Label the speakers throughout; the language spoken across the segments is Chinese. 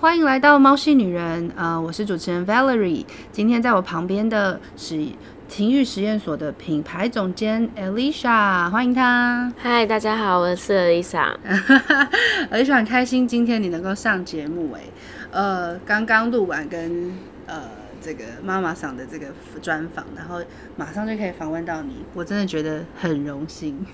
Speaker 1: 欢迎来到猫系女人，呃，我是主持人 Valerie。今天在我旁边的是情欲实验所的品牌总监 Elisha，欢迎 她。
Speaker 2: 嗨，大家好，我是 Lisa。
Speaker 1: Elisha 很开心今天你能够上节目、诶，呃，刚刚录完跟呃这个妈妈桑的这个专访，然后马上就可以访问到你，我真的觉得很荣幸。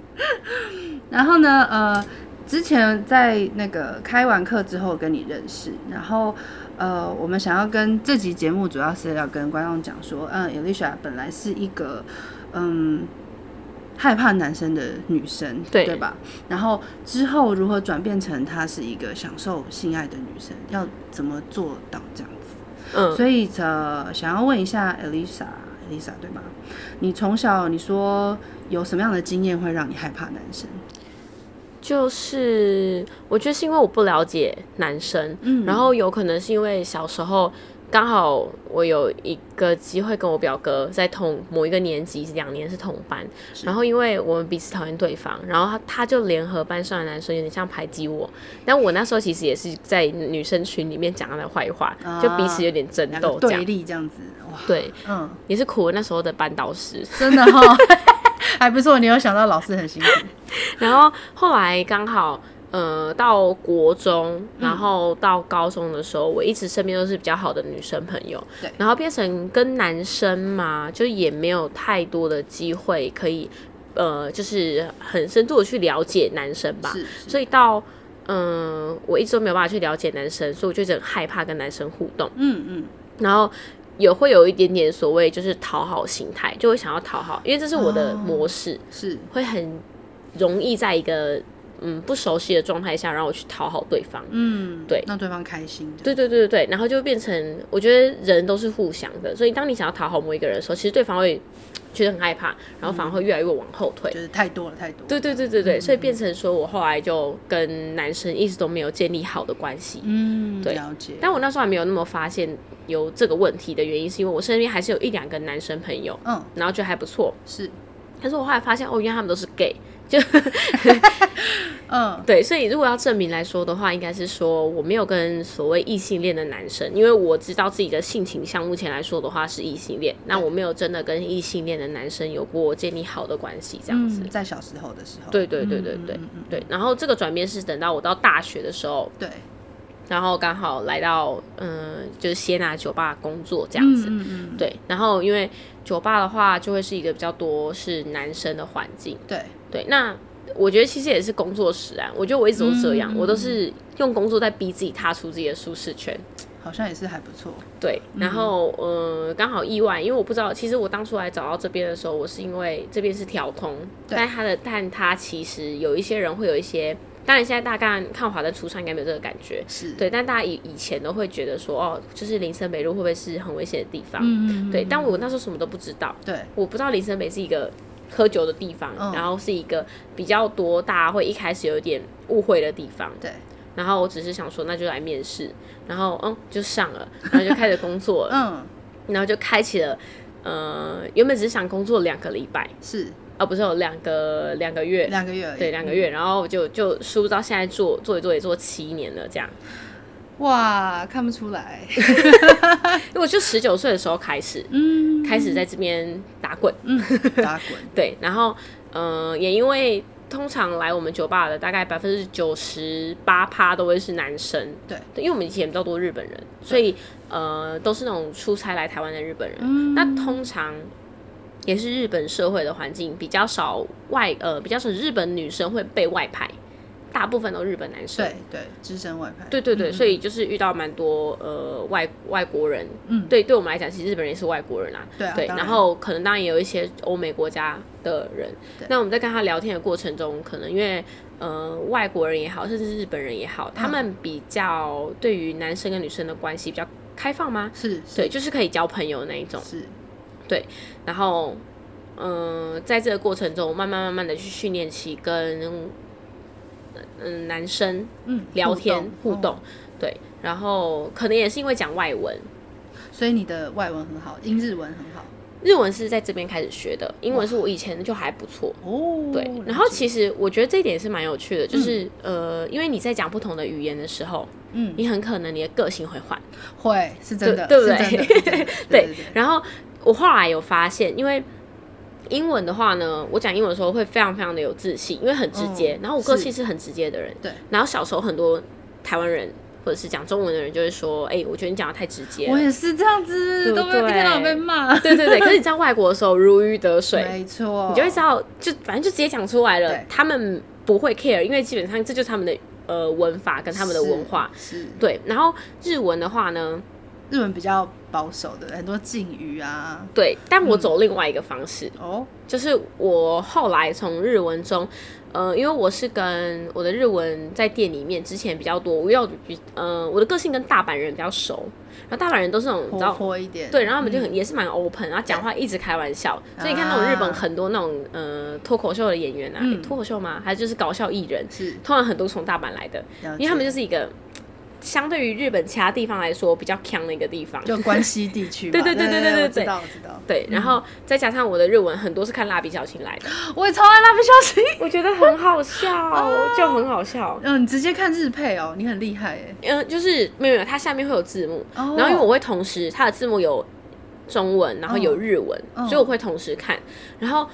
Speaker 1: 然后呢，呃，之前在那个开完课之后跟你认识，然后呃，我们想要跟这集节目主要是要跟观众讲说，嗯，Elisha 本来是一个嗯害怕男生的女生，
Speaker 2: 对
Speaker 1: 对吧？然后之后如何转变成她是一个享受性爱的女生，要怎么做到这样子？
Speaker 2: 嗯，
Speaker 1: 所以呃，想要问一下 Elisa，Elisa 对吗？你从小你说有什么样的经验会让你害怕男生？
Speaker 2: 就是我觉得是因为我不了解男生，
Speaker 1: 嗯
Speaker 2: 然后有可能是因为小时候刚好我有一个机会跟我表哥在同某一个年级两年是同班，
Speaker 1: 是
Speaker 2: 然后因为我们彼此讨厌对方，然后他他就联合班上的男生有点像排挤我，但我那时候其实也是在女生群里面讲他的坏话，就彼此有点争
Speaker 1: 啊两
Speaker 2: 斗
Speaker 1: 个
Speaker 2: 这
Speaker 1: 对
Speaker 2: 样。
Speaker 1: 立这样子，哇，
Speaker 2: 对，
Speaker 1: 嗯，
Speaker 2: 也是苦了那时候的班导师，
Speaker 1: 真的哦哈、 还不错，你有想到老师很辛苦，
Speaker 2: 然后后来刚好，呃，到国中，
Speaker 1: 嗯
Speaker 2: 然后到高中的时候，我一直身边都是比较好的女生朋友，
Speaker 1: 对
Speaker 2: 然后变成跟男生嘛，就也没有太多的机会可以，呃，就是很深度的去了解男生吧，
Speaker 1: 是，
Speaker 2: 所
Speaker 1: 以
Speaker 2: 以到。嗯，我一直都没有办法去了解男生，所以我就一直很害怕跟男生互动，
Speaker 1: 嗯嗯，
Speaker 2: 然后也会有一点点所谓就是讨好心态，就会想要讨好，因为这是我的
Speaker 1: 哦
Speaker 2: 模式。
Speaker 1: 是
Speaker 2: 会很容易在一个嗯不熟悉的状态下，让我去讨好对方。
Speaker 1: 嗯，
Speaker 2: 对
Speaker 1: 让对方开心的，
Speaker 2: 对对对对对，然后就变成我觉得人都是互相的，所以当你想要讨好某一个人的时候，其实对方会觉得很害怕，然后反而会越来越往后退。
Speaker 1: 就是太多了太多了，
Speaker 2: 对对对对对，所以变成说我后来就跟男生一直都没有建立好的关系。
Speaker 1: 嗯，
Speaker 2: 对
Speaker 1: 了解，
Speaker 2: 但我那时候还没有那么发现有这个问题的原因，是因为我身边还是有一两个男生朋友，
Speaker 1: 嗯
Speaker 2: 然后觉得还不错。
Speaker 1: 是，
Speaker 2: 但是我后来发现，哦，原来他们都是 gay，
Speaker 1: 嗯
Speaker 2: 对，所以如果要证明来说的话，应该是说我没有跟所谓异性恋的男生，因为我知道自己的性倾向，目前来说的话是异性恋。那我没有真的跟异性恋的男生有过建立好的关系，这样子。
Speaker 1: 嗯，在小时候的时候，
Speaker 2: 对对对对
Speaker 1: 嗯
Speaker 2: 对
Speaker 1: 嗯嗯嗯
Speaker 2: 对。然后这个转变是等到我到大学的时候，
Speaker 1: 对，
Speaker 2: 然后刚好来到嗯，就是谢娜酒吧工作
Speaker 1: 这
Speaker 2: 这样子。
Speaker 1: 嗯嗯嗯，
Speaker 2: 对，然后因为酒吧的话，就会是一个比较多是男生的环境。
Speaker 1: 对，
Speaker 2: 对，那我觉得其实也是工作使然。我觉得我一直都这样，
Speaker 1: 嗯
Speaker 2: 我都是用工作在逼自己踏出自己的舒适圈。
Speaker 1: 好像也是还不错，
Speaker 2: 对，
Speaker 1: 嗯
Speaker 2: 然后呃，刚好意外，因为我不知道，其实我当初来找到这边的时候，我是因为这边是调通，
Speaker 1: 对
Speaker 2: 但它的但它其实有一些人会有一些，当然现在大概看华灯初上应该没有这个感觉，
Speaker 1: 是，
Speaker 2: 对，但大家以以前都会觉得说，哦，就是林森北路会不会是很危险的地方？
Speaker 1: 嗯，嗯嗯
Speaker 2: 对，
Speaker 1: 嗯
Speaker 2: 但我那时候什么都不知道，
Speaker 1: 对
Speaker 2: 我不知道林森北是一个喝酒的地方，
Speaker 1: 嗯
Speaker 2: 然后是一个比较多大家会一开始有点误会的地方。
Speaker 1: 对，
Speaker 2: 然后我只是想说，那就来面试，然后嗯就上了， 然后就开始工作了，
Speaker 1: 嗯
Speaker 2: 然后就开启了。呃，原本只是想工作两个礼拜，
Speaker 1: 是
Speaker 2: 啊，不是有两个两个月，
Speaker 1: 两个月而已，
Speaker 2: 对，两个月，然后就就殊不知到现在做做一做也做七年了，这样。
Speaker 1: 哇，看不出来，
Speaker 2: 因为我就十九岁的时候开始，
Speaker 1: 嗯，
Speaker 2: 开始在这边打滚，
Speaker 1: 打滚，
Speaker 2: 对，然后呃，也因为通常来我们酒吧的大概百分之九十八趴都会是男生，
Speaker 1: 对，
Speaker 2: 因为我们以前比较多日本人，所以呃都是那种出差来台湾的日本人。
Speaker 1: 嗯
Speaker 2: 那通常也是日本社会的环境比较少外呃比较少日本女生会被外派，大部分都日本男生。
Speaker 1: 对对，资深外派，
Speaker 2: 对对对，所以就是遇到蛮多呃外外国人，
Speaker 1: 嗯
Speaker 2: 对，对我们来讲，其实日本人也是外国人啦、
Speaker 1: 对啊当然
Speaker 2: 然后可能当然也有一些欧美国家的人
Speaker 1: 对，
Speaker 2: 那我们在跟他聊天的过程中，可能因为呃外国人也好，甚至是日本人也
Speaker 1: 嗯
Speaker 2: 好，他们比较对于男生跟女生的关系比较开放吗？
Speaker 1: 是，是
Speaker 2: 对，就是可以交朋友那一种。
Speaker 1: 是，
Speaker 2: 然后，嗯、在这个过程中，慢慢慢慢的去训练起跟嗯、男生
Speaker 1: 嗯，
Speaker 2: 聊天互动，
Speaker 1: 哦
Speaker 2: 对，然后可能也是因为讲外文，
Speaker 1: 嗯所以你的外文很好，英日文很好
Speaker 2: 日文是在这边开始学的，英文是我以前就还不错。
Speaker 1: 哦。
Speaker 2: 对，然后其实我觉得这一点是蛮有趣的，就是、呃，因为你在讲不同的语言的时候，
Speaker 1: 嗯，
Speaker 2: 你很可能你的个性会换。
Speaker 1: 会是真的，
Speaker 2: 对对不
Speaker 1: 是真的
Speaker 2: 对
Speaker 1: 是真的 对 对对，
Speaker 2: 然后我后来有发现，因为英文的话呢，我讲英文的时候会非常非常的有自信，因为很直接。
Speaker 1: 嗯
Speaker 2: 然后我个性是很直接的人，
Speaker 1: 对。
Speaker 2: 然后小时候很多台湾人或者是讲中文的人就会说：“哎、我觉得你讲的太直接
Speaker 1: 我
Speaker 2: 了。
Speaker 1: 也是这样子，
Speaker 2: 对
Speaker 1: 都被一
Speaker 2: 对
Speaker 1: 天到晚被骂，”
Speaker 2: 对对对，可是你在外国的时候如鱼得水，
Speaker 1: 没错，
Speaker 2: 你就会知道，就反正就直接讲出来了
Speaker 1: 对。
Speaker 2: 他们不会 care，因为基本上这就是他们的呃文法跟他们的文化。
Speaker 1: 是是
Speaker 2: 对，然后日文的话呢，
Speaker 1: 日文比较保守的，很多敬语啊，
Speaker 2: 对，但我走另外一个方式，
Speaker 1: 哦，
Speaker 2: 就是我后来从日文中，呃，因为我是跟我的日文在店里面之前比较多，我要比呃我的个性跟大阪人比较熟，然后大阪人都是那种你
Speaker 1: 活
Speaker 2: 知道。
Speaker 1: 泼一点，
Speaker 2: 对，然后他们就很、也是蛮 open，然后讲话一直开玩笑，所以你看那种日本
Speaker 1: 啊
Speaker 2: 很多那种呃脱口秀的演员啊，
Speaker 1: 嗯
Speaker 2: 诶脱口秀吗？还是就是搞笑艺人，
Speaker 1: 是，
Speaker 2: 通常很多从大阪来的，因为他们就是是一个相对于日本其他地方来说比较强的一个地方，
Speaker 1: 就关西地 区嘛，
Speaker 2: 对对
Speaker 1: 对
Speaker 2: 对对对
Speaker 1: 对，
Speaker 2: 对
Speaker 1: 我知
Speaker 2: 对
Speaker 1: 道我知道，
Speaker 2: 对，然后再加上我的日文很多是看蜡笔小新来的，
Speaker 1: 我也超爱蜡笔小新，
Speaker 2: 我觉得很好笑，就很好笑。
Speaker 1: 嗯，你直接看日配哦，你很厉害哎，
Speaker 2: 嗯、就是没有没有，它下面会有字幕，
Speaker 1: 哦
Speaker 2: 然后因为我会同时，它的字幕有中文，然后有日文，
Speaker 1: 嗯
Speaker 2: 所以我会同时看。然后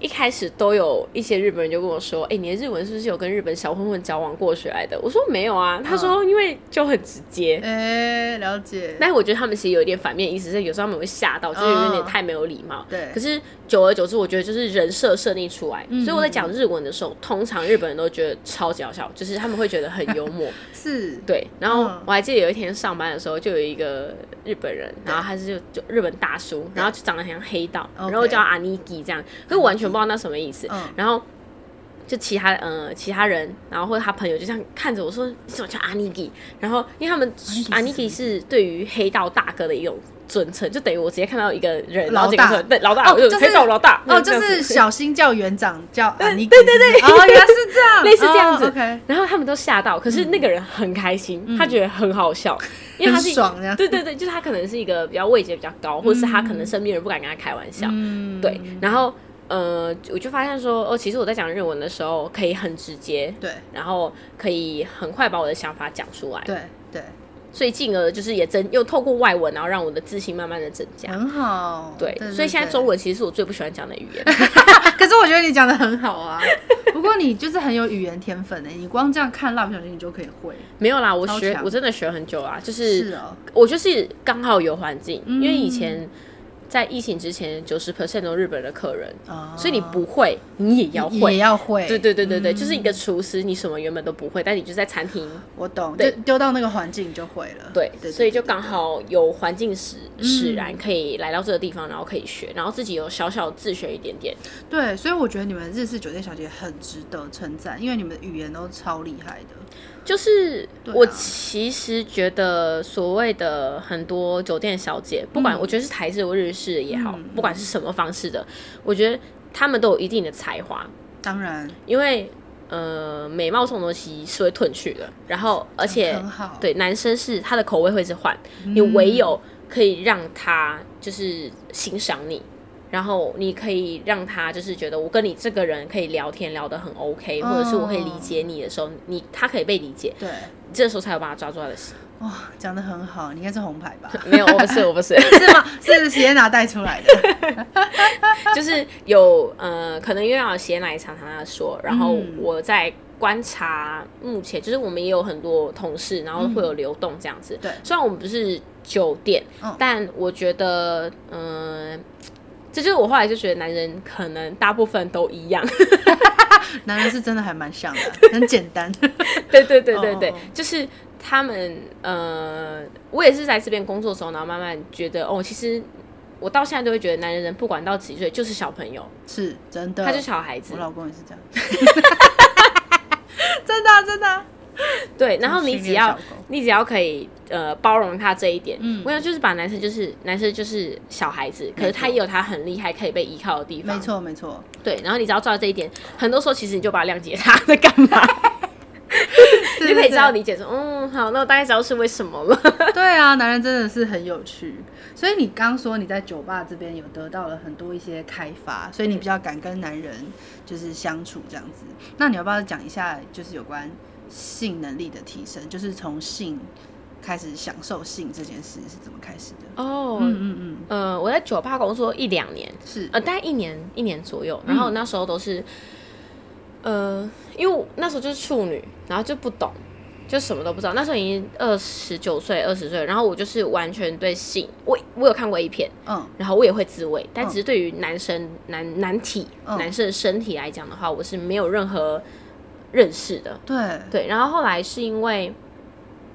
Speaker 2: 一开始都有一些日本人就跟我说：“哎、你的日文是不是有跟日本小混混交往过学来的？”我说：“没有啊。”他
Speaker 1: 嗯
Speaker 2: 说：“因为就很直接。
Speaker 1: 哎、了解，
Speaker 2: 但是我觉得他们其实有一点反面意思，是有时候他们会吓到，就是有点
Speaker 1: 嗯
Speaker 2: 太没有礼貌。
Speaker 1: 对嗯
Speaker 2: 可是久而久之，我觉得就是人设设定出来，所以我在讲日文的时候，通常日本人都觉得超级好笑，就是他们会觉得很幽默。
Speaker 1: 是，
Speaker 2: 对，然后
Speaker 1: 嗯
Speaker 2: 我还记得有一天上班的时候，就有一个日本人，然后他是就就日本大叔，然后就长得很像黑道，
Speaker 1: OK
Speaker 2: 然后我叫他阿尼基这样，可是我完全不知道那什么意思。
Speaker 1: 嗯
Speaker 2: 然后就其他呃其他人，然后或者他朋友就这样看着我说：“你怎么叫阿尼基？”然后因为他们
Speaker 1: 阿
Speaker 2: 阿
Speaker 1: 尼
Speaker 2: 尼
Speaker 1: 基
Speaker 2: 基
Speaker 1: 是
Speaker 2: 是对于黑道大哥的一种尊称，就等于我直接看到一个人，
Speaker 1: 老
Speaker 2: 然后这个
Speaker 1: 大
Speaker 2: 说对老大，
Speaker 1: 哦
Speaker 2: 我就
Speaker 1: 就是
Speaker 2: 黑道老大，
Speaker 1: 哦，
Speaker 2: 嗯
Speaker 1: 就
Speaker 2: 这样
Speaker 1: 是
Speaker 2: 子
Speaker 1: 小新叫园长 叫安妮，对对对，哦，原来是这样，
Speaker 2: 类似这样子
Speaker 1: 哦、，OK，
Speaker 2: 然后他们都吓到，可是那个人很开心，他觉得很 好笑，因为他
Speaker 1: 嗯
Speaker 2: 是
Speaker 1: 很爽这样
Speaker 2: 对对对，就是他可能是一个比较位阶比较高，或者是他可能身边人不敢跟他开玩笑，
Speaker 1: 嗯，
Speaker 2: 对。然后呃，我就发现说，哦，其实我在讲日文的时候可以很直接，
Speaker 1: 对
Speaker 2: 然后可以很快把我的想法讲出来，
Speaker 1: 对对，
Speaker 2: 所以进而就是也增又透过外文，然后让我的自信慢慢的增加。
Speaker 1: 很好，
Speaker 2: 对，所以现在中。文其实是我最不喜欢讲的语 言。
Speaker 1: 可是我觉得你讲的很好啊， 不过你就是很有语言天分诶、欸你光这样看蜡笔小新你就可以会，
Speaker 2: 没有啦，我
Speaker 1: 超
Speaker 2: 学
Speaker 1: 强
Speaker 2: 我真的学很久啦，就是
Speaker 1: 是哦，
Speaker 2: 我就是刚好有环境，
Speaker 1: 嗯
Speaker 2: 因为以前在疫情之前，九十 percent 都日本的客人，
Speaker 1: 哦
Speaker 2: 所以你不会，你也要
Speaker 1: 也
Speaker 2: 会。
Speaker 1: 要会，嗯
Speaker 2: 对对对对对，就是一个厨师，你什么原本都不会，但你就在餐厅，
Speaker 1: 我懂，就
Speaker 2: 对
Speaker 1: 丢到那个环境你就会了，
Speaker 2: 对，所以就刚
Speaker 1: 好
Speaker 2: 好有环境使使然，可以来到这个地方，然后可以学，然后自己有小小自学一点点。
Speaker 1: 对，所以我觉得你们日式酒店小姐很值得称赞，因为你们的语言都超厉害的，
Speaker 2: 就是
Speaker 1: 对啊
Speaker 2: 我其实觉得所谓的很多酒店小
Speaker 1: 嗯
Speaker 2: 姐，不管我觉得是台式或日式也好，不管是什么方式的，我觉得他们都有一定的才华，
Speaker 1: 当然
Speaker 2: 因为呃，美貌这种东西是会褪去的，然后而且
Speaker 1: 很好，
Speaker 2: 对男生是他的口味会一直换，你唯有可以让他就是欣赏你。然后你可以让他就是觉得我跟你这个人可以聊天聊得很
Speaker 1: 哦
Speaker 2: OK，、或者是我可以理解你的时候，你他可以被理解，
Speaker 1: 对，
Speaker 2: 这时候才有办法抓住他的心。
Speaker 1: 哇、讲的很好，你应该是红牌吧？
Speaker 2: 没有，我不是，我不 是，
Speaker 1: 是吗？ 是席耶娜带出来 的，
Speaker 2: 就是有呃，可能因为要写奶常常他说，然后
Speaker 1: 嗯
Speaker 2: 我在观察目前，就是我们也有很多同事，然后会有流动这样子。
Speaker 1: 对
Speaker 2: 虽然我们不是酒店，
Speaker 1: 嗯
Speaker 2: 但我觉得，嗯、这就是我后来就觉得男人可能大部分都一 样，
Speaker 1: 男人是真的还蛮像的，很简单，
Speaker 2: 对对对对对，
Speaker 1: 哦哦哦
Speaker 2: 就是他们呃，我也是在这边工作的时候，然后慢慢觉得哦，其实我到现在都会觉得男人不管到几岁就是小朋友，
Speaker 1: 是真的，
Speaker 2: 他就是小孩子
Speaker 1: 我，老公也是这样， 真的啊、真的啊、
Speaker 2: 对，然后
Speaker 1: 训
Speaker 2: 你只
Speaker 1: 练
Speaker 2: 要
Speaker 1: 小狗
Speaker 2: 你只要可以呃包容他这一点，
Speaker 1: 嗯
Speaker 2: 我想就是把男生就是男生就是小孩子，可是他也有他很厉害可以被依靠的地方，
Speaker 1: 没，错没错，
Speaker 2: 对，然后你只要做到这一点，很多时候其实你就把他谅解他在干 嘛，你
Speaker 1: 对
Speaker 2: 就可以知道。
Speaker 1: 对
Speaker 2: 理解说，嗯，好，那我大概知道是为什么了。
Speaker 1: 对对啊，男人真的是很有趣。所以你刚说你在酒吧这边有得到了很多一些开发，所以你比较敢跟男人就是相处这样子。那你要不要讲一下，就是有关性能力的提升，就是从性开始享受性这件事是怎么开始的？
Speaker 2: 哦，
Speaker 1: 嗯嗯嗯，
Speaker 2: 呃，我在酒吧工作一两年，
Speaker 1: 是
Speaker 2: 呃，大概一年一年左
Speaker 1: 嗯
Speaker 2: 右。然后那时候都是，呃，因为我那时候就是处女，然后就不懂，就什么都不知道。那时候已经二十九岁、二十岁了，然后我就是完全对性，我我有看过一片，
Speaker 1: 嗯
Speaker 2: 然后我也会自慰，但
Speaker 1: 嗯
Speaker 2: 只是对于男生男男体、
Speaker 1: 嗯
Speaker 2: 男生的身体来讲的话，我是没有任何认识的。
Speaker 1: 对
Speaker 2: 对，然后后来是因为，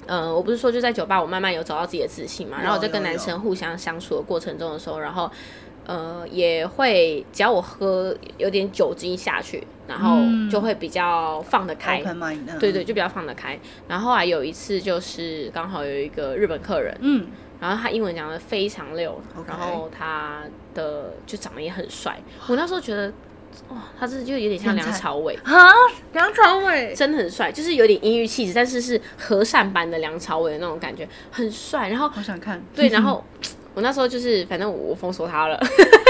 Speaker 2: 呃，我不是说就在酒吧，我慢慢有找到自己的自信嘛。然后我在
Speaker 1: 有
Speaker 2: 跟
Speaker 1: 有有
Speaker 2: 男生互相相处的过程中的时候，然后呃也会，只要我喝有点酒精下去，然后
Speaker 1: 嗯
Speaker 2: 就会比较放得开。
Speaker 1: ，open mind，嗯
Speaker 2: 对对，，就比较放得开。然后后来有一次，就是刚好有一个日本客人，
Speaker 1: 嗯
Speaker 2: 然后他英文讲的非常溜
Speaker 1: OK
Speaker 2: 然后他的就长得也很帅。我那时候觉得，哇，他这就有点
Speaker 1: 天
Speaker 2: 像梁
Speaker 1: 才
Speaker 2: 朝伟，
Speaker 1: 啊，梁朝伟，
Speaker 2: 真的很帅，就是有点阴郁气质，但是是和善版的梁朝伟的那种感觉，很帅。然后
Speaker 1: 好想看，
Speaker 2: 对，然后我那时候就是，反正我我封锁他了，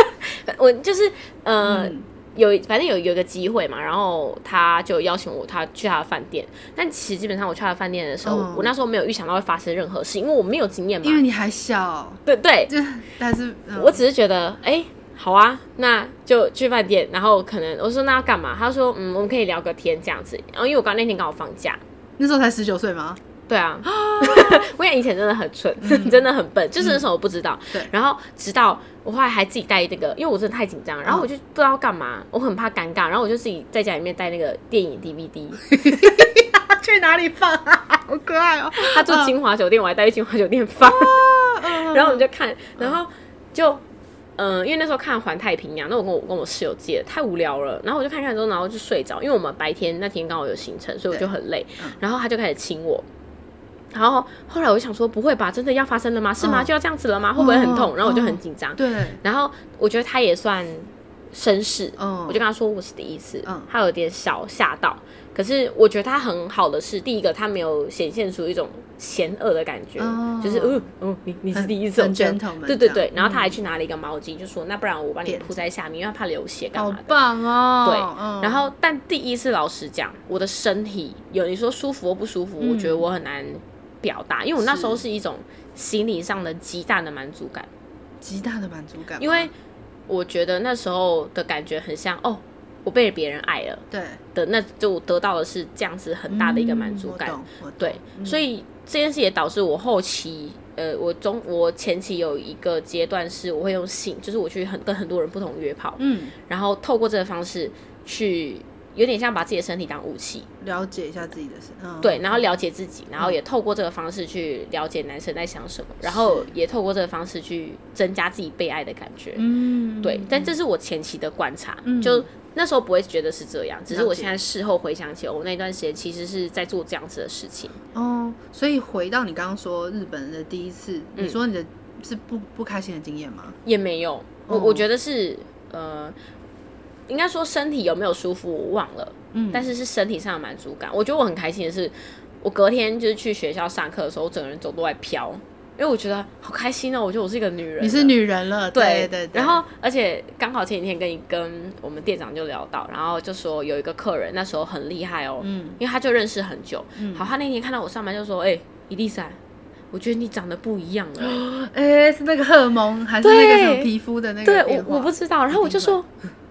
Speaker 2: 我就是呃。
Speaker 1: 嗯
Speaker 2: 有反正有有一个机会嘛，然后他就邀请我他去他的饭店，但其实基本上我去他的饭店的时候，
Speaker 1: 嗯
Speaker 2: 我那时候没有预想到会发生任何事，因为我没有经验嘛
Speaker 1: 因。为你还小，
Speaker 2: 对对，
Speaker 1: 就但是嗯
Speaker 2: 我只是觉得，哎、好啊，那就去饭店，然后可能我说那要干嘛？他说，嗯，我们可以聊个天这样子。然后因为我刚那天刚好放假，
Speaker 1: 那时候才十九岁吗？
Speaker 2: 对啊，我想以前真的很蠢， 真的很笨，就是那时候我不知道。
Speaker 1: 对
Speaker 2: 然后直到我后来还自己带那个，因为我真的太紧张，然后我就不知道干嘛，我很怕尴尬，然后我就自己在家里面带那个电影 DVD，
Speaker 1: 去哪里放啊？好可爱 哦，
Speaker 2: 他住金华酒店，我还带去金华酒店放，然
Speaker 1: 嗯
Speaker 2: 后我们就看，然后就。嗯、因为那时候看《环太平洋》，那我跟我跟我室友借，太无聊了。然后我就看看之后，然后就睡着，因为我们白天那天刚好有行程，所以我就很累。
Speaker 1: 嗯
Speaker 2: 然后他就开始亲我，然后后来我就想说，不会吧，真的要发生了吗？是吗？
Speaker 1: 嗯
Speaker 2: 就要这样子了吗？会不会很
Speaker 1: 嗯
Speaker 2: 痛？然后我就很紧张。
Speaker 1: 对，
Speaker 2: 然后我觉得他也算绅士，
Speaker 1: 嗯
Speaker 2: 我就跟他说我是第一次，
Speaker 1: 嗯
Speaker 2: 他有点小吓到。可是我觉得他很好的是，第一个他没有显现出一种嫌恶的感觉，
Speaker 1: 哦
Speaker 2: 就是嗯嗯，你你是第一次，
Speaker 1: 很
Speaker 2: 我觉得
Speaker 1: gentleman
Speaker 2: 对对
Speaker 1: 这
Speaker 2: 对
Speaker 1: 样。
Speaker 2: 然后他还去拿了一个毛巾，就说那不然我把你
Speaker 1: 垫
Speaker 2: 铺在下面，因为他怕流血干
Speaker 1: 好
Speaker 2: 嘛的。
Speaker 1: 棒哦，
Speaker 2: 对，
Speaker 1: 嗯
Speaker 2: 然后但第一次老实讲，我的身体有你说舒服或不舒服，
Speaker 1: 嗯
Speaker 2: 我觉得我很难表达，因为我那时候是一种心理上的极大的满足感。
Speaker 1: 极大的满足感，
Speaker 2: 因为我觉得那时候的感觉很像哦，我被别人爱了
Speaker 1: 对
Speaker 2: 的那就我得到的是这样子很大的一个满足感，
Speaker 1: 嗯我懂我懂
Speaker 2: 对，所以这件事也导致我后期。呃，我中我前期有一个阶段是我会用性，就是我去很跟很多人不同约炮，
Speaker 1: 嗯，
Speaker 2: 然后透过这个方式去有点像把自己的身体当武器，
Speaker 1: 了解一下自己的身，嗯，
Speaker 2: 对，然后了解自己，然后也透过这个方式去了解男生在想什么，然后也透过这个方式去增加自己被爱的感觉。
Speaker 1: 嗯，
Speaker 2: 对，但这是我前期的观察，就那时候不会觉得是这样，只是我
Speaker 1: 了解
Speaker 2: 现在事后回想起哦来，我那段时间其实是在做这样子的事情。
Speaker 1: 哦，所以回到你刚刚说日本的第一次，
Speaker 2: 嗯
Speaker 1: 你说你的是不不开心的经验吗？
Speaker 2: 也没有，我、
Speaker 1: 嗯
Speaker 2: 我觉得是呃，应该说身体有没有舒服我忘了，嗯，但是是身体上的满足感。我觉得我很开心的是，我隔天就是去学校上课的时候，我整个人走路在飘，因为我觉得好开心哦，我觉得我是一个女人了，
Speaker 1: 你是女人了，对对对，
Speaker 2: 然后，而且刚好前几天跟一跟我们店长就聊到，然后就说有一个客人那时候很厉害哦，嗯，因为他就认识很久，
Speaker 1: 嗯
Speaker 2: 好，他那天看到我上班就说，哎、伊丽莎，我觉得你长得不一样了、
Speaker 1: 哎，是那个荷尔蒙还是那个
Speaker 2: 对
Speaker 1: 什么皮肤的那个
Speaker 2: 对
Speaker 1: 变
Speaker 2: 我
Speaker 1: 化
Speaker 2: 我不知道，然后我就说。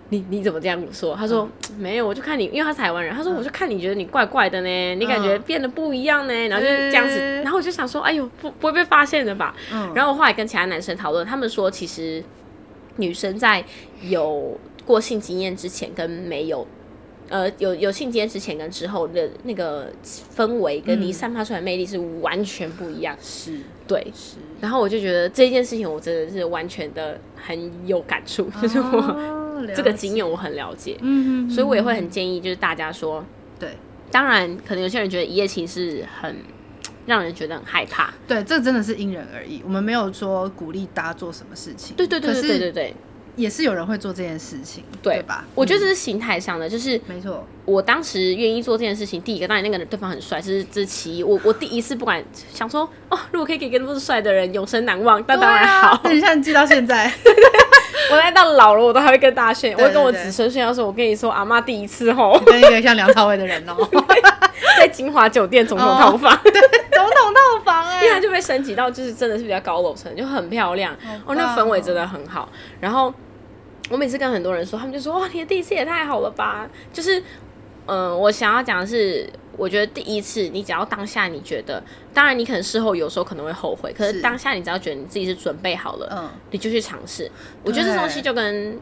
Speaker 2: 你你怎么这样说？他说、
Speaker 1: 嗯
Speaker 2: 没有，我就看你，因为他是台湾人，他说我就看你觉得你怪怪的呢，你感觉
Speaker 1: 嗯
Speaker 2: 变得不一样呢，然后就这样子，
Speaker 1: 嗯
Speaker 2: 然后我就想说，哎呦，不不会被发现的吧？
Speaker 1: 嗯
Speaker 2: 然后我后来跟其他男生讨论，他们说其实女生在有过性经验之前跟没有，呃，有有性经验之前跟之后的那个氛围
Speaker 1: 嗯
Speaker 2: 跟你散发出来的魅力是完全不一样。
Speaker 1: 是
Speaker 2: 对，
Speaker 1: 是，
Speaker 2: 然后我就觉得这件事情我真的是完全的很有感触， 就是我、
Speaker 1: 哦
Speaker 2: 这个
Speaker 1: 了解
Speaker 2: 经验我很了解，
Speaker 1: 嗯，嗯，嗯
Speaker 2: 所以我也会很建议就是大家说，
Speaker 1: 对
Speaker 2: 当然可能有些人觉得一夜情是很让人觉得很害怕，
Speaker 1: 对，这真的是因人而异，我们没有说鼓励大家做什么事情，
Speaker 2: 对对对对对
Speaker 1: 可是
Speaker 2: 对对。
Speaker 1: 也是有人会做这件事情，
Speaker 2: 对
Speaker 1: 对吧？
Speaker 2: 我觉得
Speaker 1: 嗯
Speaker 2: 这是心态上的，就是
Speaker 1: 没错，
Speaker 2: 我当时愿意做这件事情，第一个当然那个人对方很帅，这是这是其一。我我第一次不管想说哦，如果可以给一个那么帅的人永生难忘，那当然好。
Speaker 1: 对啊、你像你记到现在，
Speaker 2: 我来到老了，我都还会跟大家炫，
Speaker 1: 对
Speaker 2: 我会跟我
Speaker 1: 对对
Speaker 2: 子孙炫耀说，我跟你说，阿妈第一次吼，
Speaker 1: 跟一个像梁朝伟的人哦，
Speaker 2: 哦在金华酒店总统套房，
Speaker 1: 总统套房哎、
Speaker 2: 因为它就被升级到就是真的是比较高楼层，就很漂亮
Speaker 1: 好
Speaker 2: 哦，那
Speaker 1: 棒
Speaker 2: 氛围
Speaker 1: 哦
Speaker 2: 真的很好。然后我每次跟很多人说，他们就说哇，你的第一次也太好了吧！就是嗯、呃我想要讲的是，我觉得第一次你只要当下你觉得，当然你可能事后有时候可能会后悔，可
Speaker 1: 是
Speaker 2: 是当下你只要觉得你自己是准备好了，
Speaker 1: 嗯，
Speaker 2: 你就去尝试。我觉得这东西就跟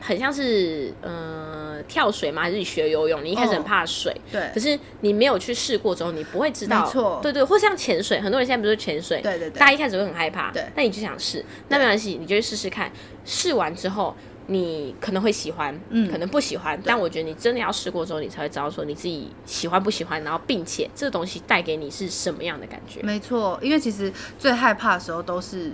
Speaker 2: 很像是呃跳水嘛，还是你学游泳，你一开始很
Speaker 1: 哦
Speaker 2: 怕水，
Speaker 1: 对
Speaker 2: 可是你没有去试过之后，你不会知道。
Speaker 1: 没错
Speaker 2: 对对，或像潜水，很多人现在不是潜水，
Speaker 1: 对对对
Speaker 2: 大家一开始会很害怕，
Speaker 1: 对
Speaker 2: 那你就想试，那没关系，你就去试试看，试完之后。你可能会喜欢，
Speaker 1: 嗯
Speaker 2: 可能不喜欢，但我觉得你真的要试过之后，你才会知道说你自己喜欢不喜欢，然后并且这个东西带给你是什么样的感觉。
Speaker 1: 没错，因为其实最害怕的时候都是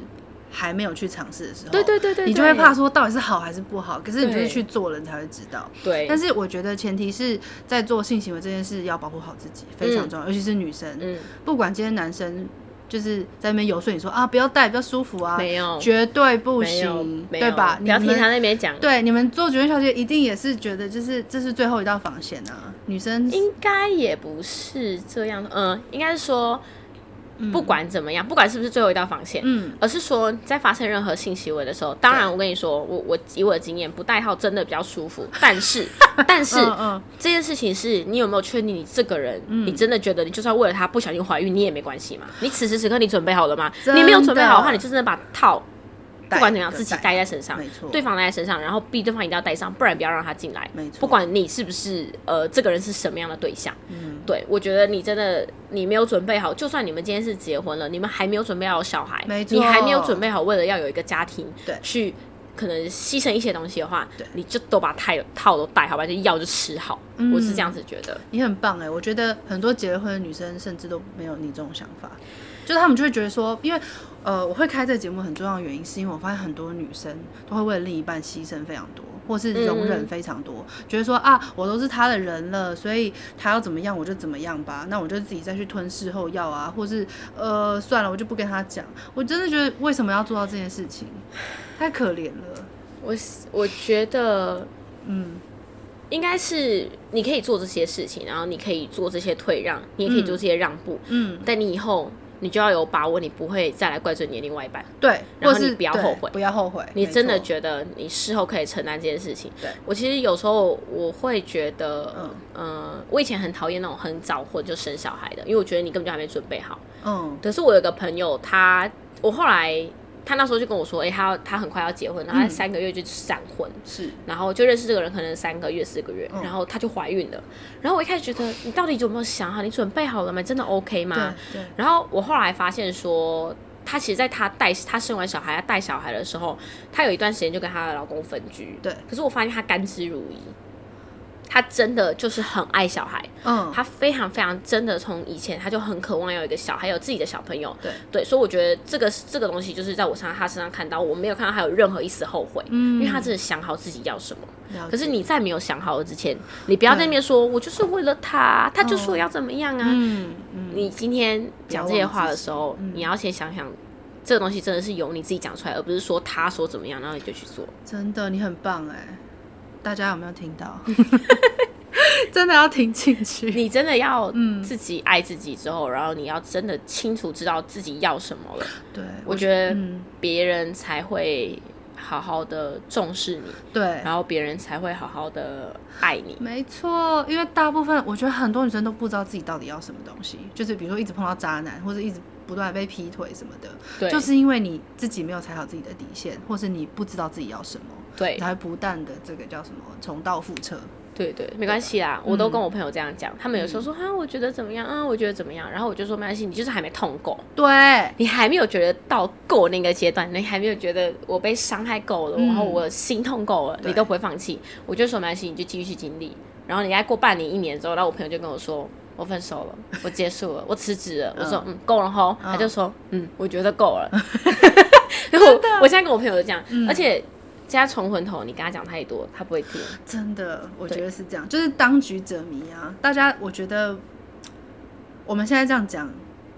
Speaker 1: 还没有去尝试的时候，
Speaker 2: 对对对对，
Speaker 1: 你就会怕
Speaker 2: 对
Speaker 1: 说到底是好还是不好，可是你就是
Speaker 2: 对
Speaker 1: 去做了你才会知道。
Speaker 2: 对，
Speaker 1: 但是我觉得前提是在做性行为这件事要保护好自己，非常重要，尤其是女生，
Speaker 2: 嗯，
Speaker 1: 不管今天男生就是在那边游说你说啊不要戴比较舒服啊，
Speaker 2: 没有，
Speaker 1: 绝对不
Speaker 2: 没有
Speaker 1: 行，
Speaker 2: 没
Speaker 1: 对
Speaker 2: 有
Speaker 1: 吧？
Speaker 2: 不要
Speaker 1: 你
Speaker 2: 听
Speaker 1: 们
Speaker 2: 他那边讲，
Speaker 1: 对，你们做主任小姐一定也是觉得，就是这是最后一道防线啊。女生
Speaker 2: 应该也不是这样，嗯、应该是说，不管怎么样，不管是不是最后一道防线，
Speaker 1: 嗯，
Speaker 2: 而是说在发生任何性行为的时候，当然
Speaker 1: 对
Speaker 2: 我跟你说，我我以我的经验，不戴套真的比较 舒服，但是但是、
Speaker 1: 嗯嗯，
Speaker 2: 这件事情是你有没有确定你这个人，你真的觉得你就算为了他不小心怀孕，你也没关系嘛？你此时此刻你准备好了吗？
Speaker 1: 真
Speaker 2: 你没有准备好的话，
Speaker 1: 的
Speaker 2: 你就真的把套
Speaker 1: 戴
Speaker 2: 不管怎样
Speaker 1: 就
Speaker 2: 自己
Speaker 1: 戴
Speaker 2: 带在身上，
Speaker 1: 没错，
Speaker 2: 对方带在身上，然后逼对方一定要带上，不然不要让他进来。
Speaker 1: 没错
Speaker 2: 不管你是不是呃这个人是什么样的对象，嗯，对我觉得你真的你没有准备好，就算你们今天是结婚了，你们还没有准备好小孩，
Speaker 1: 没错
Speaker 2: 你还没有准备好为了要有一个家庭，
Speaker 1: 对
Speaker 2: 去可能牺牲一些东西的话，
Speaker 1: 对
Speaker 2: 你就都把套套都戴好吧，就药就吃好，
Speaker 1: 嗯
Speaker 2: 我是这样子觉得。
Speaker 1: 你很棒哎、我觉得很多结了婚的女生甚至都没有你这种想法，就是她们就会觉得说，因为呃，我会开这个节目很重要的原因，是因为我发现很多女生都会为了另一半牺牲非常多，或是
Speaker 2: 嗯
Speaker 1: 容忍非常多，觉得说啊，我都是他的人了，所以他要怎么样我就怎么样吧，那我就自己再去吞事后药啊，或是呃算了，我就不跟他讲。我真的觉得为什么要做到这件事情，太可怜了。
Speaker 2: 我是我觉得，嗯，应该是你可以做这些事情，然后你可以做这些退让，你也可以做这些让步，
Speaker 1: 嗯，
Speaker 2: 但你以后你就要有把握，你不会再来怪罪你的另外一半。
Speaker 1: 对，或
Speaker 2: 然后你
Speaker 1: 是
Speaker 2: 不要
Speaker 1: 对
Speaker 2: 后悔
Speaker 1: 不要后悔，
Speaker 2: 你
Speaker 1: 没
Speaker 2: 真的
Speaker 1: 错
Speaker 2: 觉得你事后可以承担这件事情？
Speaker 1: 对
Speaker 2: 我其实有时候我会觉得，嗯、呃，我以前很讨厌那种很早婚就生小孩的，因为我觉得你根本就还没准备好。
Speaker 1: 嗯
Speaker 2: 可是我有个朋友，他我后来他那时候就跟我说，哎、他他很快要结婚，
Speaker 1: 嗯
Speaker 2: 然后他三个月就闪婚，
Speaker 1: 是。
Speaker 2: 然后就认识这个人，可能三个月、四个月，
Speaker 1: 嗯
Speaker 2: 然后她就怀孕了。然后我一开始觉得，你到底有没有想好？你准备好了吗？真的 OK 吗？
Speaker 1: 对对
Speaker 2: 然后我后来发现说，她其实在她带她生完小孩、她带小孩的时候，她有一段时间就跟她的老公分居。
Speaker 1: 对
Speaker 2: 可是我发现她甘之如饴，她真的就是很爱小孩。
Speaker 1: 嗯，
Speaker 2: 他非常非常真的从以前他就很渴望要有一个小孩，有自己的小朋友。
Speaker 1: 对
Speaker 2: 所以我觉得这个这个东西就是在我身上他身上看到，我没有看到他有任何一丝后悔，
Speaker 1: 嗯
Speaker 2: 因为他真的想好自己要什么。
Speaker 1: 了
Speaker 2: 可是
Speaker 1: 解
Speaker 2: 你在没有想好之前，你不要在那边说我就是为了他，他就说要怎么样啊。
Speaker 1: 嗯嗯，
Speaker 2: 你今天讲这些话的时候，
Speaker 1: 不要忘记
Speaker 2: 你要先想想。这个东西真的是由你自己讲出来，而不是说他说怎么样，然后你就去做。
Speaker 1: 真的你很棒哎，大家有没有听到？ 真的要听进去。
Speaker 2: 你真的要自己爱自己之后，然后你要真的清楚知道自己要什么了。
Speaker 1: 对，
Speaker 2: 我觉得
Speaker 1: 嗯
Speaker 2: 别人才会好好的重视你，
Speaker 1: 对，
Speaker 2: 然后别人才会好好的爱你。
Speaker 1: 没错，因为大部分我觉得很多女生都不知道自己到底要什么东西，就是比如说一直碰到渣男，或者一直不断地被劈腿什么的，
Speaker 2: 对，
Speaker 1: 就是因为你自己没有踩好自己的底线，或是你不知道自己要什么，
Speaker 2: 对
Speaker 1: 才会不断的这个叫什么重蹈覆辙。
Speaker 2: 对对，没关系啦，我都跟我朋友这样讲，他们有时候说啊，我觉得怎么样啊，我觉得怎么样，然后我就说没关系，你就是还没痛够，
Speaker 1: 对，
Speaker 2: 你还没有觉得到够那个阶段，你还没有觉得我被伤害够了，然后我心痛够了，
Speaker 1: 对
Speaker 2: 你都不会放弃，我就说没关系，你就继续去经历，然后你再过半年一年之后，然后我朋友就跟我说。我分手了， 我结束了，我辞职了。我说嗯，够了吼，他就说嗯，嗯我觉得够了。 然后我我现在跟我朋友这样，而且加重混头，你跟他讲太多，他不会听。
Speaker 1: 真的，我觉得是这样，就是当局者迷啊。大家，我觉得我们现在这样讲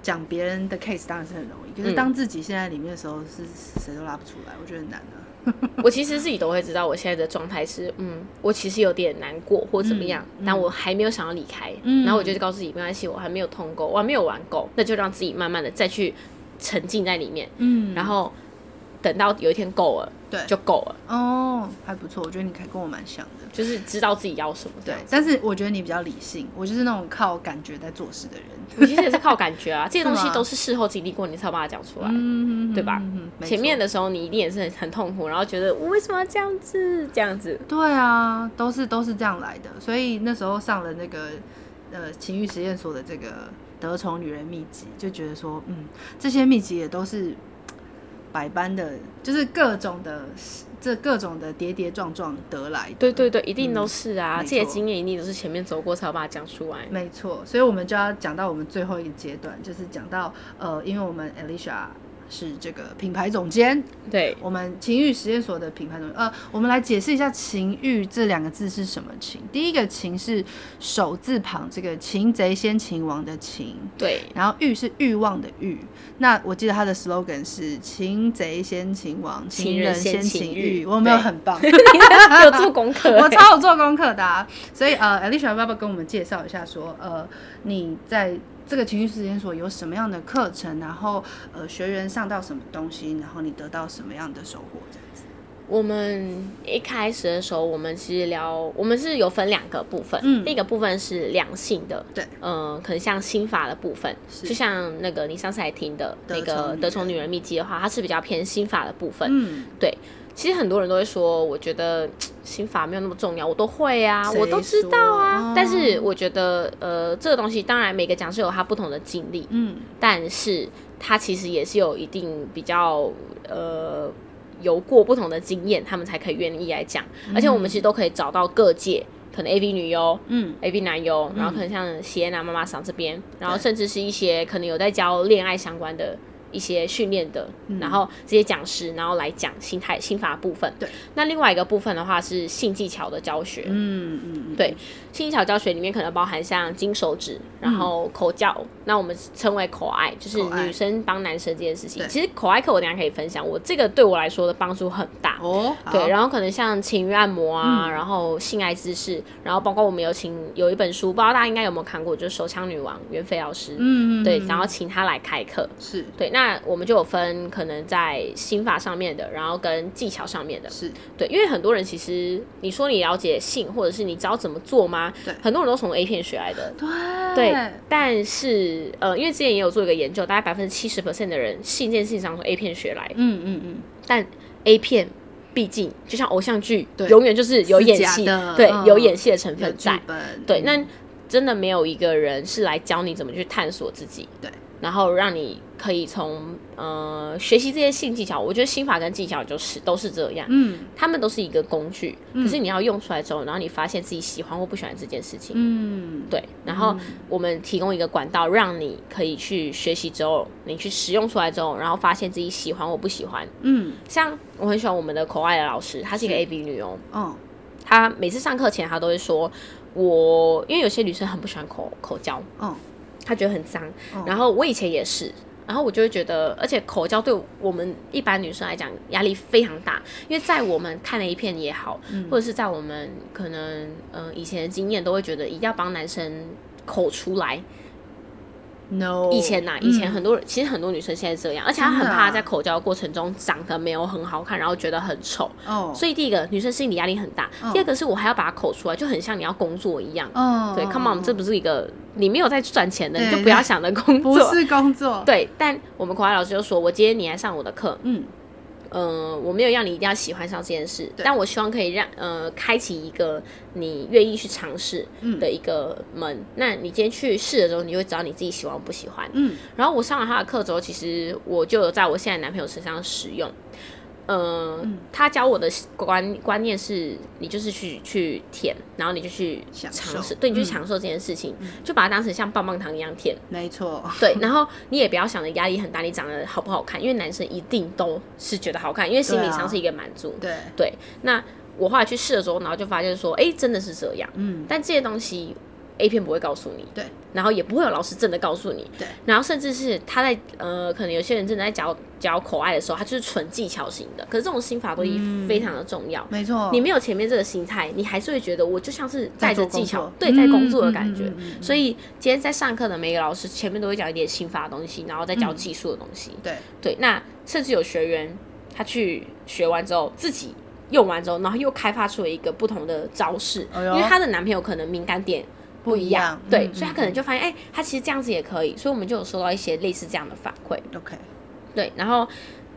Speaker 1: 讲别人的 case 当然是很容易，可是
Speaker 2: 嗯
Speaker 1: 当自己现在里面的时候是，是谁都拉不出来，我觉得很难啊。
Speaker 2: 我其实自己都会知道，我现在的状态是，嗯，我其实有点难过或
Speaker 1: 嗯
Speaker 2: 怎么样，但我还没有想要离开。然后我就告诉自己，没关系，我还没有通够，我还没有玩够，那就让自己慢慢的再去沉浸在里面。
Speaker 1: 嗯，
Speaker 2: 然后等到有一天够了，
Speaker 1: 对
Speaker 2: 就够了，
Speaker 1: 哦，还不错，我觉得你可以跟我蛮像的。
Speaker 2: 就是知道自己要什么。
Speaker 1: 对，，但是我觉得你比较理性，我就是那种靠感觉在做事的人。
Speaker 2: 我其实也是靠感觉啊，这些东
Speaker 1: 是
Speaker 2: 西
Speaker 1: 吗
Speaker 2: 都是事后经历过，你才有办法讲出来。
Speaker 1: 嗯，
Speaker 2: 对吧
Speaker 1: 嗯嗯没错
Speaker 2: 前面的时候，你一定也是很很痛苦，然后觉得我为什么要这样子，这样子，
Speaker 1: 对啊，都是都是这样来的，所以那时候上了那个呃情欲实验所的这个得宠女人秘籍，就觉得说，嗯，这些秘籍也都是百般的，就是各种的这各种的跌跌撞撞得来的。
Speaker 2: 对对对，一
Speaker 1: 嗯
Speaker 2: 定都是啊，
Speaker 1: 没错
Speaker 2: 这些经验一定都是前面走过才有办法讲出来。
Speaker 1: 没错，所以我们就要讲到我们最后一个阶段，就是讲到呃，因为我们 Alicia 是这个品牌总监，
Speaker 2: 对，
Speaker 1: 我们情欲实验所的品牌总监，呃，我们来解释一下“情欲”这两个字是什么情。第一个“情”是手字旁，这个“擒贼先擒王”的“擒”，
Speaker 2: 对，
Speaker 1: 然后“欲”是欲望的“欲”。那我记得他的 slogan 是“擒贼先擒王，
Speaker 2: 擒人
Speaker 1: 人先
Speaker 2: 先擒
Speaker 1: 擒
Speaker 2: 欲
Speaker 1: 欲”，我有没有
Speaker 2: 对
Speaker 1: 很棒？
Speaker 2: 有做功课、
Speaker 1: 我超有做功课的、啊，所以呃，Alicia 要不要跟我们介绍一下说，呃，你在这个情绪实验所有什么样的课程，然后呃，学员上到什么东西，然后你得到什么样的收获？这样子，
Speaker 2: 我们一开始的时候，我们其实聊，我们是有分两个部分，
Speaker 1: 嗯
Speaker 2: 第一个部分是良性的，
Speaker 1: 对，
Speaker 2: 嗯、可能像心法的部分，
Speaker 1: 是
Speaker 2: 就像那个你上次来听的
Speaker 1: 得
Speaker 2: 那个
Speaker 1: 宠
Speaker 2: 《
Speaker 1: 女
Speaker 2: 得宠
Speaker 1: 人
Speaker 2: 女人秘籍》的话，它是比较偏心法的部分。
Speaker 1: 嗯，
Speaker 2: 其实很多人都会说，我觉得嗯心法没有那么重要，我都会啊，
Speaker 1: 谁
Speaker 2: 我都知道
Speaker 1: 说
Speaker 2: 啊。
Speaker 1: 哦
Speaker 2: 但是我觉得，呃，这个东西当然每个讲师有他不同的经历，
Speaker 1: 嗯，
Speaker 2: 但是他其实也是有一定比较呃有过不同的经验，他们才可以愿意来讲。而且我们其实都可以找到各界，可能 A V 女优，
Speaker 1: 嗯
Speaker 2: ，A V 男优，然后可能像谢安娜妈妈桑这边，然后甚至是一些可能有在教恋爱相关的。一些训练的，
Speaker 1: 嗯
Speaker 2: 然后这些讲师，然后来讲心态、心法部分。
Speaker 1: 对，
Speaker 2: 那另外一个部分的话是性技巧的教学。
Speaker 1: 嗯嗯嗯，
Speaker 2: 对，性技巧教学里面可能包含像金手指，然后口教，那我们称为口爱，就是
Speaker 1: 嗯口爱
Speaker 2: 女生帮男生这件事情
Speaker 1: 对。
Speaker 2: 其实口爱课我等一下可以分享，我这个对我来说的帮助很大。
Speaker 1: 哦，好嗯
Speaker 2: 对，然后可能像情欲按摩啊，然后性爱姿势，然后包括我们有请有一本书，不知道大家应该有没有看过，就是《手枪女王》袁飞老师，
Speaker 1: 嗯嗯，
Speaker 2: 对，
Speaker 1: 嗯
Speaker 2: 然后请她来开课。
Speaker 1: 是
Speaker 2: 对，那我们就有分可能在心法上面的，然后跟技巧上面的。
Speaker 1: 是，
Speaker 2: 对，因为很多人其实你说你了解性，或者是你知道怎么做吗？
Speaker 1: 对
Speaker 2: 很多人都从 A 片学来的。
Speaker 1: 对
Speaker 2: 对，但是呃，因为之前也有做一个研究，大概百分之七十 percent 的人性这件事情上从 A 片学来，
Speaker 1: 嗯嗯嗯，
Speaker 2: 但 A 片毕竟就像偶像剧
Speaker 1: 对，
Speaker 2: 永远就是有演戏
Speaker 1: 是假的，
Speaker 2: 对，
Speaker 1: 嗯
Speaker 2: 有演戏的成
Speaker 1: 有
Speaker 2: 分
Speaker 1: 剧
Speaker 2: 在。
Speaker 1: 本，
Speaker 2: 对，
Speaker 1: 嗯
Speaker 2: 那真的没有一个人是来教你怎么去探索自己，
Speaker 1: 对，
Speaker 2: 然后让你可以从呃学习这些性技巧。我觉得心法跟技巧就是都是这样，
Speaker 1: 嗯
Speaker 2: 他们都是一个工具，可是你要用出来之后，然后你发现自己喜欢或不喜欢这件事情，
Speaker 1: 嗯，
Speaker 2: 对，然后我们提供一个管道，让你可以去学习之后，你去使用出来之后，然后发现自己喜欢或不喜欢。
Speaker 1: 嗯
Speaker 2: 像我很喜欢我们的口爱的老师，她是一个
Speaker 1: 是
Speaker 2: A B 女哦，
Speaker 1: 哦，
Speaker 2: 她每次上课前她都会说，我因为有些女生很不喜欢口口交，
Speaker 1: 哦，
Speaker 2: 她觉得很脏，
Speaker 1: 嗯
Speaker 2: 然后我以前也是。然后我就会觉得，而且口交对我们一般女生来讲压力非常大，因为在我们看了一片也好，
Speaker 1: 嗯
Speaker 2: 或者是在我们可能嗯、呃以前的经验，都会觉得一定要帮男生口出来，
Speaker 1: no，
Speaker 2: 以前呐、
Speaker 1: 嗯
Speaker 2: 以前很多人、其实很多女生现在这样，而且她
Speaker 1: 真的
Speaker 2: 很
Speaker 1: 啊
Speaker 2: 怕在口交的过程中长得没有很好看，然后觉得很丑。
Speaker 1: 哦，
Speaker 2: 所以第一个，女生心理压力很大；第二个是我还要把它口出来，就很像你要工作一样。
Speaker 1: 哦，
Speaker 2: 对，Come on，这不是一个你没有在赚钱的，
Speaker 1: 对
Speaker 2: 你就不要想着工
Speaker 1: 不
Speaker 2: 作。
Speaker 1: 是工作，
Speaker 2: 对，但我们口外老师就说，我今天你来上我的课，
Speaker 1: 嗯，
Speaker 2: 呃，我没有要你一定要喜欢上这件事，
Speaker 1: 对
Speaker 2: 但我希望可以让呃开启一个你愿意去尝试的
Speaker 1: 嗯
Speaker 2: 一个门。那你今天去试的时候，你就会知道你自己喜欢不喜欢。
Speaker 1: 嗯，
Speaker 2: 然后我上了他的课之后，其实我就有在我现在男朋友身上使用。呃，
Speaker 1: 嗯
Speaker 2: 他教我的观观念是，你就是去去舔，然后你就去
Speaker 1: 享
Speaker 2: 尝
Speaker 1: 受
Speaker 2: 试，对，你就
Speaker 1: 嗯
Speaker 2: 去享受这件事情，就把它当成像棒棒糖一样舔。
Speaker 1: 没错，
Speaker 2: 对，然后你也不要想着压力很大，你长得好不好看，因为男生一定都是觉得好看，因为心理
Speaker 1: 对啊
Speaker 2: 上是一个满足。
Speaker 1: 对，啊
Speaker 2: 对，那我后来去试的时候，然后就发现说，哎，真的是这样。
Speaker 1: 嗯，
Speaker 2: 但这些东西 A 片不会告诉你，
Speaker 1: 对，
Speaker 2: 然后也不会有老师真的告诉你，
Speaker 1: 对，
Speaker 2: 然后甚至是他在呃，可能有些人正在教教口爱的时候，他就是纯技巧型的，可是这种心法都已
Speaker 1: 嗯
Speaker 2: 非常的重要。
Speaker 1: 没错，
Speaker 2: 你没有前面这个心态，你还是会觉得我就像是
Speaker 1: 在
Speaker 2: 带着
Speaker 1: 做
Speaker 2: 技
Speaker 1: 工
Speaker 2: 巧
Speaker 1: 作
Speaker 2: 对在工作的感觉。
Speaker 1: 嗯嗯嗯嗯嗯
Speaker 2: 所以今天在上课的每个老师前面都会讲一点心法的东西，然后再教技术的东西。
Speaker 1: 嗯对，
Speaker 2: 对，那甚至有学员他去学完之后自己。用完之后，然后又开发出了一个不同的招式，
Speaker 1: 哎
Speaker 2: 因
Speaker 1: 呦
Speaker 2: 为她的男朋友可能敏感点
Speaker 1: 不
Speaker 2: 一
Speaker 1: 一
Speaker 2: 样
Speaker 1: 样，，
Speaker 2: 对，
Speaker 1: 嗯
Speaker 2: 所以她可能就发现，哎、她其实这样子也可以，所以我们就有收到一些类似这样的反馈，
Speaker 1: 嗯 OK，
Speaker 2: 对，然后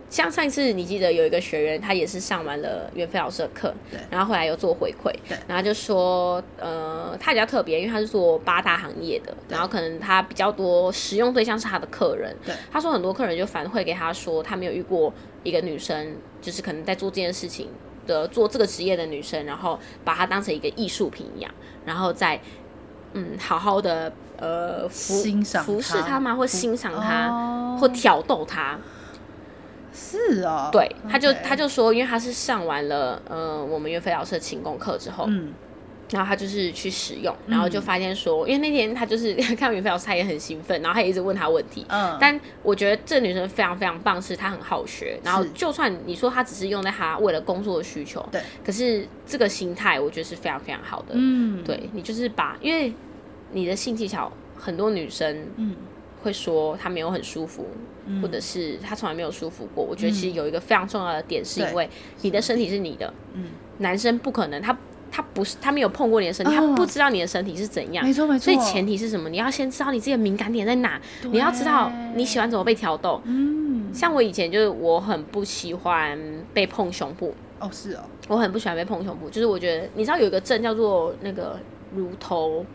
Speaker 2: 像上一次你记得有一个学员，他也是上完了袁飞老师的课，
Speaker 1: 对
Speaker 2: 然后后来又做回馈，
Speaker 1: 对
Speaker 2: 然后就说，呃，他比较特别，因为他是做八大行业的，然后可能他比较多使用对象是他的客人，
Speaker 1: 对，
Speaker 2: 他说很多客人就反馈给他说，他没有遇过一个女生，就是可能在做这件事情的做这个职业的女生，然后把它当成一个艺术品一样，然后再嗯好好的呃服
Speaker 1: 欣赏
Speaker 2: 服侍
Speaker 1: 她
Speaker 2: 她吗，或
Speaker 1: 服
Speaker 2: 欣赏她。
Speaker 1: 哦
Speaker 2: 或挑逗她。
Speaker 1: 是哦，
Speaker 2: 对，他就
Speaker 1: OK
Speaker 2: 他就说，因为他是上完了呃我们袁飞老师的勤工课之后，
Speaker 1: 嗯，
Speaker 2: 然后他就是去使用，然后就发现说，因为那天他就是 看到袁飞老师，他也很兴奋，然后他也一直问他问题。
Speaker 1: 嗯，
Speaker 2: 但我觉得这女生非常非常棒，是她很好学。然后
Speaker 1: 是
Speaker 2: 就算你说她只是用在她为了工作的需求，
Speaker 1: 对，
Speaker 2: 可是这个心态我觉得是非常非常好的。
Speaker 1: 嗯，
Speaker 2: 对你就是把，因为你的性技巧，很多女生
Speaker 1: 嗯
Speaker 2: 会说她没有很舒服，
Speaker 1: 嗯，
Speaker 2: 或者是他从来没有舒服过。我觉得其实有一个非常重要的点，是因
Speaker 1: 对
Speaker 2: 为你的身体是你的，
Speaker 1: 嗯，
Speaker 2: 男生不可能，他他不是他没有碰过你的身体，他
Speaker 1: 嗯
Speaker 2: 不知道你的身体是怎样
Speaker 1: 没。错没错，
Speaker 2: 所以前提是什么？你要先知道你自己的敏感点在哪，你要知道你喜欢怎么被挑逗。
Speaker 1: 嗯，
Speaker 2: 像我以前就是我很不喜欢被碰胸部，
Speaker 1: 哦是哦，
Speaker 2: 我很不喜欢被碰胸部，就是我觉得你知道有一个症叫做那个乳头。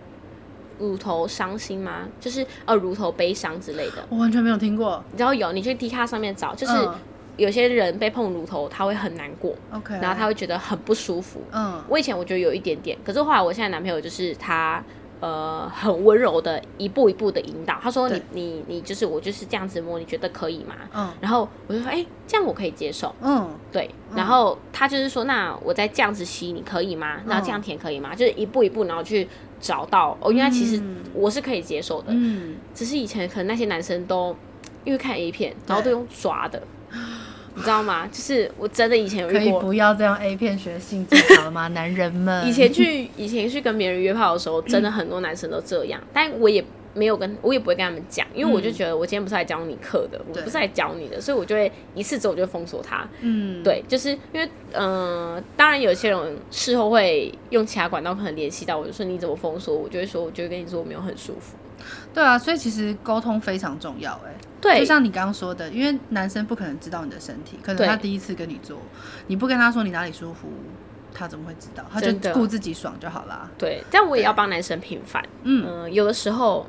Speaker 2: 乳头伤心吗？就是呃，乳头悲伤之类的，
Speaker 1: 我完全没有听过，
Speaker 2: 你知道有，你去 D 卡上面找，就是
Speaker 1: 嗯
Speaker 2: 有些人被碰乳头，他会很难过，
Speaker 1: OK，
Speaker 2: 然后他会觉得很不舒服。
Speaker 1: 嗯
Speaker 2: 我以前我觉得有一点点，可是后来我现在男朋友就是他，呃，很温柔的一步一步的引导。他说你
Speaker 1: 对
Speaker 2: 你你就是我就是这样子摸，你觉得可以吗？
Speaker 1: 嗯
Speaker 2: 然后我就说，哎、这样我可以接受。
Speaker 1: 嗯，
Speaker 2: 对，然后他就是说，那我再这样子吸，你可以吗？那这样舔可以吗？就是一步一步，然后去找到哦，原来其实
Speaker 1: 嗯
Speaker 2: 我是可以接受的，
Speaker 1: 嗯，
Speaker 2: 只是以前可能那些男生都因为看 A 片，然后都
Speaker 1: 对
Speaker 2: 用抓的，你知道吗？就是我真的以前有
Speaker 3: 可以
Speaker 2: 遇过，
Speaker 3: 不要这样 A 片学性技巧 了吗，男人们？
Speaker 1: 嗯
Speaker 2: 以前去以前去跟别人约炮的时候，真的很多男生都这样，但我也没有跟我也不会跟他们讲，因为我就觉得我今天不是来教你课的，我
Speaker 1: 嗯对
Speaker 2: 不是来教你的，所以我就会一次之后我就封锁他。
Speaker 1: 嗯，
Speaker 2: 对，就是因为嗯、呃当然有些人事后会用其他管道可能联系到我，就说你怎么封锁我，我就会说，我就会跟你说我没有很舒服。
Speaker 1: 对啊，所以其实沟通非常重要，哎，
Speaker 2: 对
Speaker 1: 就，像你刚刚说的，因为男生不可能知道你的身体，可能
Speaker 2: 对
Speaker 1: 他第一次跟你做，你不跟他说你哪里舒服，他怎么会知道？他
Speaker 2: 真的
Speaker 1: 就顾自己爽就好啦。
Speaker 2: 对，但我也要帮男生平反。
Speaker 1: 嗯
Speaker 2: 呃有的时候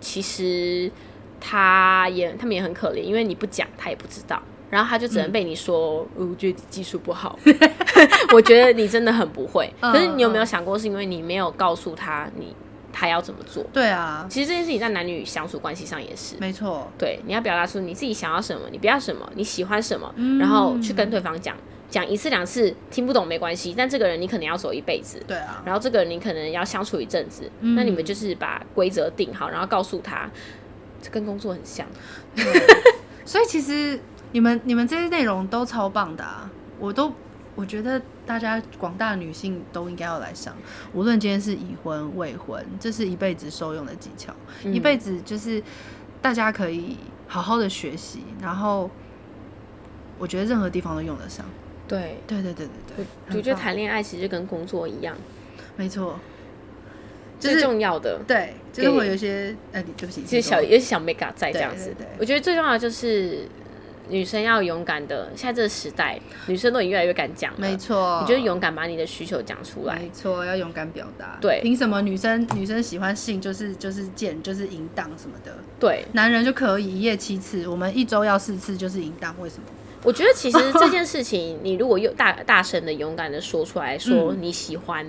Speaker 2: 其实他也他们也很可怜，因为你不讲，他也不知道，然后他就只
Speaker 1: 嗯
Speaker 2: 能被你说，哦我觉得技术 不好， 我觉得你真的很不会。
Speaker 1: 嗯
Speaker 2: 可是你有没有想过，是因为你没有告诉他你他要怎么做？
Speaker 1: 对啊，
Speaker 2: 其实这件事情在男女相处关系上也是。
Speaker 1: 没错，
Speaker 2: 对，你要表达出你自己想要什么，你不要什么，你喜欢什么，
Speaker 1: 嗯
Speaker 2: 然后去跟对方讲，讲一次两次听不懂没关系，但这个人你可能要走一辈子，
Speaker 1: 对啊，
Speaker 2: 然后这个人你可能要相处一阵子，
Speaker 1: 嗯
Speaker 2: 那你们就是把规则定好，然后告诉他，这跟工作很像。
Speaker 1: 所以其实你们你们这些内容都超棒的啊，我都我觉得大家广大女性都应该要来上，无论今天是已婚未婚，这是一辈子受用的技巧，一辈子就是大家可以好好的学习，然后我觉得任何地方都用得上。
Speaker 2: 对，
Speaker 1: 对对对对
Speaker 2: 我
Speaker 1: 对，
Speaker 2: 我觉
Speaker 1: 很
Speaker 2: 得
Speaker 1: 棒
Speaker 2: 谈恋爱其实跟工作一样，
Speaker 1: 没错，就
Speaker 2: 最
Speaker 1: 是
Speaker 2: 重要的
Speaker 1: 对，就是
Speaker 2: 给
Speaker 1: 我有一些呃，你对不起，
Speaker 2: 其实小
Speaker 1: 你
Speaker 2: 也是小 make up 在这
Speaker 1: 对
Speaker 2: 样子
Speaker 1: 对对。
Speaker 2: 我觉得最重要的就是女生要勇敢的，现在这个时代，女生都已经越来越敢讲
Speaker 1: 说没
Speaker 2: 了。
Speaker 1: 错，嗯
Speaker 2: 你就是勇敢把你的需求讲出来，
Speaker 1: 没错，要勇敢表达。
Speaker 2: 对
Speaker 1: 凭什么女生女生喜欢性就是就是贱就是淫荡什么的，
Speaker 2: 对，
Speaker 1: 男人就可以一夜七次，我们一周要四次就是淫荡，为什么？
Speaker 2: 我觉得其实这件事情，你如果又大大声的、勇敢的说出来，说你喜欢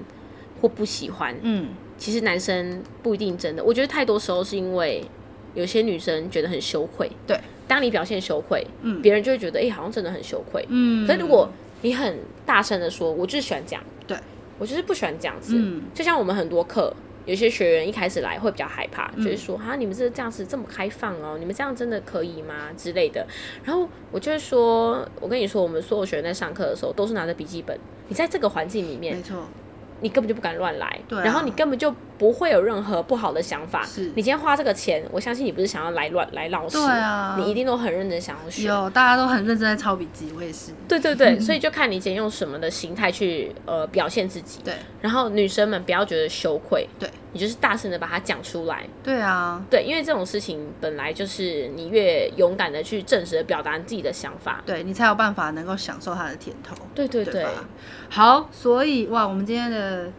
Speaker 2: 或不喜欢，
Speaker 1: 嗯，
Speaker 2: 其实男生不一定真的。我觉得太多时候是因为有些女生觉得很羞愧，
Speaker 1: 对，
Speaker 2: 当你表现羞愧，
Speaker 1: 嗯
Speaker 2: 别人就会觉得，哎、好像真的很羞愧，
Speaker 1: 嗯
Speaker 2: 可是如果你很大声的说，我就是喜欢这样，
Speaker 1: 对
Speaker 2: 我就是不喜欢这样子，
Speaker 1: 嗯
Speaker 2: 就像我们很多课。有些学员一开始来会比较害怕，
Speaker 1: 嗯
Speaker 2: 就是说哈，你们这这样子这么开放哦，你们这样真的可以吗之类的。然后我就会说，我跟你说，我们所有学员在上课的时候都是拿着笔记本，你在这个环境里面
Speaker 1: 没，错，
Speaker 2: 你根本就不敢乱来，
Speaker 1: 对啊
Speaker 2: 然后你根本就不会有任何不好的想法。
Speaker 1: 是
Speaker 2: 你今天花这个钱，我相信你不是想要来乱来闹事，
Speaker 1: 对啊
Speaker 2: 你一定都很认真想要学。
Speaker 1: 有嗯大家都很认真在抄笔记，我也是。
Speaker 2: 对对对，所以就看你今天用什么的形态去呃表现自己。
Speaker 1: 对
Speaker 2: 然后女生们不要觉得羞愧，
Speaker 1: 对
Speaker 2: 你就是大声的把它讲出来。
Speaker 1: 对啊，
Speaker 2: 对，因为这种事情本来就是你越勇敢的去正式的表达你自己的想法。
Speaker 1: 对你才有办法能够享受它的甜头。
Speaker 2: 对对
Speaker 1: 对
Speaker 2: 对，
Speaker 1: 吧好，所以哇，我们今天的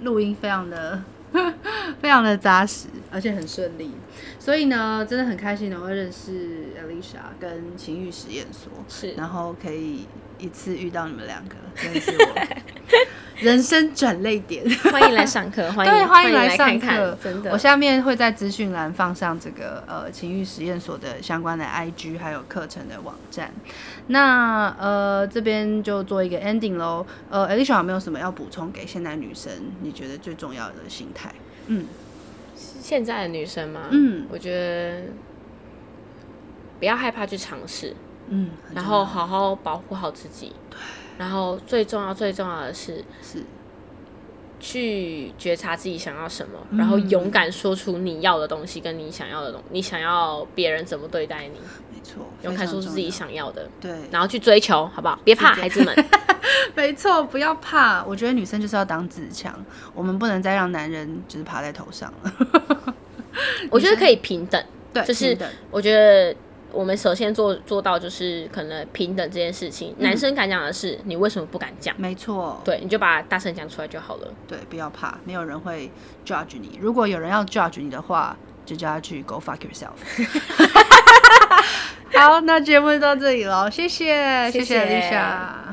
Speaker 1: 录音非常的 非常的扎实，而且很顺利。所以呢，真的很开心能够认识 Alicia 跟情欲实验所，
Speaker 2: 是
Speaker 1: 然后可以一次遇到你们两个，真的是我 人生转泪点。
Speaker 2: 欢迎来 上课，欢迎
Speaker 1: 对，
Speaker 2: 欢
Speaker 1: 欢迎
Speaker 2: 来
Speaker 1: 上课。
Speaker 2: 看看，真的
Speaker 1: 我。下面会在资讯栏放上这个呃情欲实验所的相关的 IG，还有课程的网站。那呃这边就做一个 ending 喽。呃，Alicia 有没有什么要补充给现在女生？你觉得最重要的心态？嗯，
Speaker 2: 现在的女生嘛，
Speaker 1: 嗯
Speaker 2: 我觉得不要害怕去尝试，
Speaker 1: 嗯，很
Speaker 2: 然
Speaker 1: 重要
Speaker 2: 后好好保护好自己。然后最重要最重要的是
Speaker 1: 是
Speaker 2: 去觉察自己想要什么，
Speaker 1: 嗯
Speaker 2: 然后勇敢说出你要的东西跟你想要的东，你想要别人怎么对待你，
Speaker 1: 没错，
Speaker 2: 勇敢
Speaker 1: 非常
Speaker 2: 说出自己
Speaker 1: 重
Speaker 2: 想要的，
Speaker 1: 要对，
Speaker 2: 然后去追求，好不好？别怕，
Speaker 1: 去追
Speaker 2: 孩 子们，
Speaker 1: 没错，不要怕。我觉得女生就是要当自强，我们不能再让男人就是爬在头上了。
Speaker 2: 我觉得可以平等。
Speaker 1: 对，
Speaker 2: 就是
Speaker 1: 平等
Speaker 2: 我觉得我们首先做做到就是可能平等这件事情，
Speaker 1: 嗯
Speaker 2: 男生敢讲的事，你为什么不敢讲？
Speaker 1: 没错，
Speaker 2: 对，你就把大声讲出来就好了。
Speaker 1: 对，不要怕，没有人会 judge 你。如果有人要 judge 你的话，就叫他去 go fuck yourself。好，那节目就到这里喽，谢谢，谢谢
Speaker 2: 谢谢
Speaker 1: Lisa。